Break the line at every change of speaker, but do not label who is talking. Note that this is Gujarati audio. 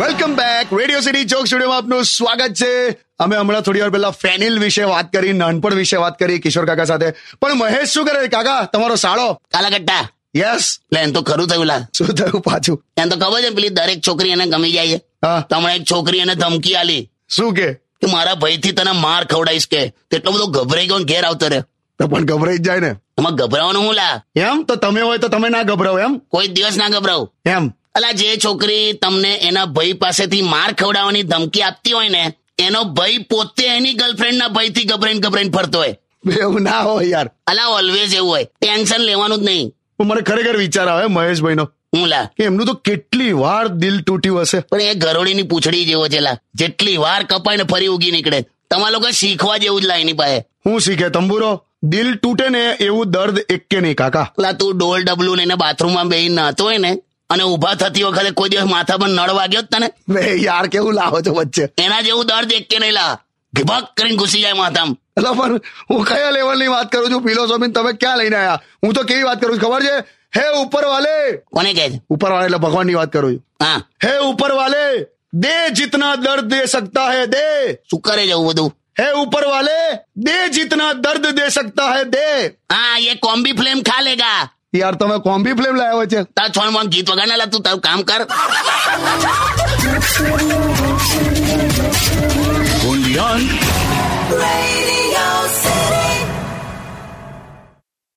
Welcome back Radio City joke સ્ટુડિયોમાં આપનું સ્વાગત છે અમે હમણાં થોડી વાર પહેલા ફેનિલ વિશે વાત કરી નાનપણ વિશે વાત કરી કિશોર કાકા સાથે પણ મહેશ શું કરે કાકા તમારો સાળો
કાલા કટ્ટા
યસ
લે એમ તો ખરું થયું લા
શું થયું પાછું
એમ તો ખબર છે પેલી દરેક છોકરી એને ગમી જાય છે
હા
તો હમણાં એક છોકરી એને ધમકી આલી
શું કે
કે મારા ભયથી તને માર ખવડાવીશ કે તેટલો બધો ગભરાઈ ગયો ને ઘેર આવતો રે
તો પણ ગભરાઈ જ જાય ને
એમાં ગભરાવાનું હું લા
એમ તો તમે હોય તો તમે ના ગભરાવ એમ
કોઈ દિવસ ના ગભરાવ
એમ
અલા જે છોકરી તમને એના ભય પાસેથી માર ખવડાવવાની ધમકી આપતી હોય ને એનો ભય પોતે એની ગર્લફ્રેન્ડના ભયથી ગભરાઈને ગભરાઈને ફરતો હોય
એવું ના હોય યાર
અલા ઓલવેઝ એવું હોય ટેન્શન લેવાનું જ નહીં
પણ મને ખરેખર વિચાર આવે મહેશભાઈનો
હું લા
કે એમનું તો કેટલી વાર દિલ તૂટ્યું હશે
પણ એ ગરોળીની પૂંછડી જેવો છે લા જેટલી વાર કપાઈને ફરી ઉગી નીકળે તમારા લોકો શીખવા જેવું જ લા એની પાસે
હું શીખે તંબુરો દિલ તૂટે ને એવું દર્દ એકે નહીં કાકા
લા તું ડોલ ડબલું લઈને બાથરૂમમાં બેહી નાતો હોય ને અને ઊભા થતી વખતે કોઈ દિવસ માથા પર નળ વાગ્યો જ તને
બે યાર કેવું લાવો છો વચ્ચે
એના જેવું દર્દ એક કે નહીં લા ભક કરીને ઘૂસી જાય માથામાં
એટલે પણ હું કયા લેવલની વાત કરું છું ફિલોસોફી તમે ક્યાં લઈને આયા હું તો કેવી વાત કરું છું ખબર છે હે ઉપર વાલે
કોને કહે છે
ઉપર વાલે એટલે ભગવાનની વાત કરું છું
હા
હે ઉપર વાલે દે જીતના દર્દ દે સકતા હે દે
શું કરે છે એવું બધું
હે ઉપર વાલે દે જીતના દર્દ દે સકતા હે દે
હા એ કોમ્બી ફ્લેમ ખા લેગા
યાર તમે કોમ્બી ફ્લેમ લાવ્યો છે
તાર છોણ માં ગીત વગાડના લા તું તારું કામ કર
Radio City.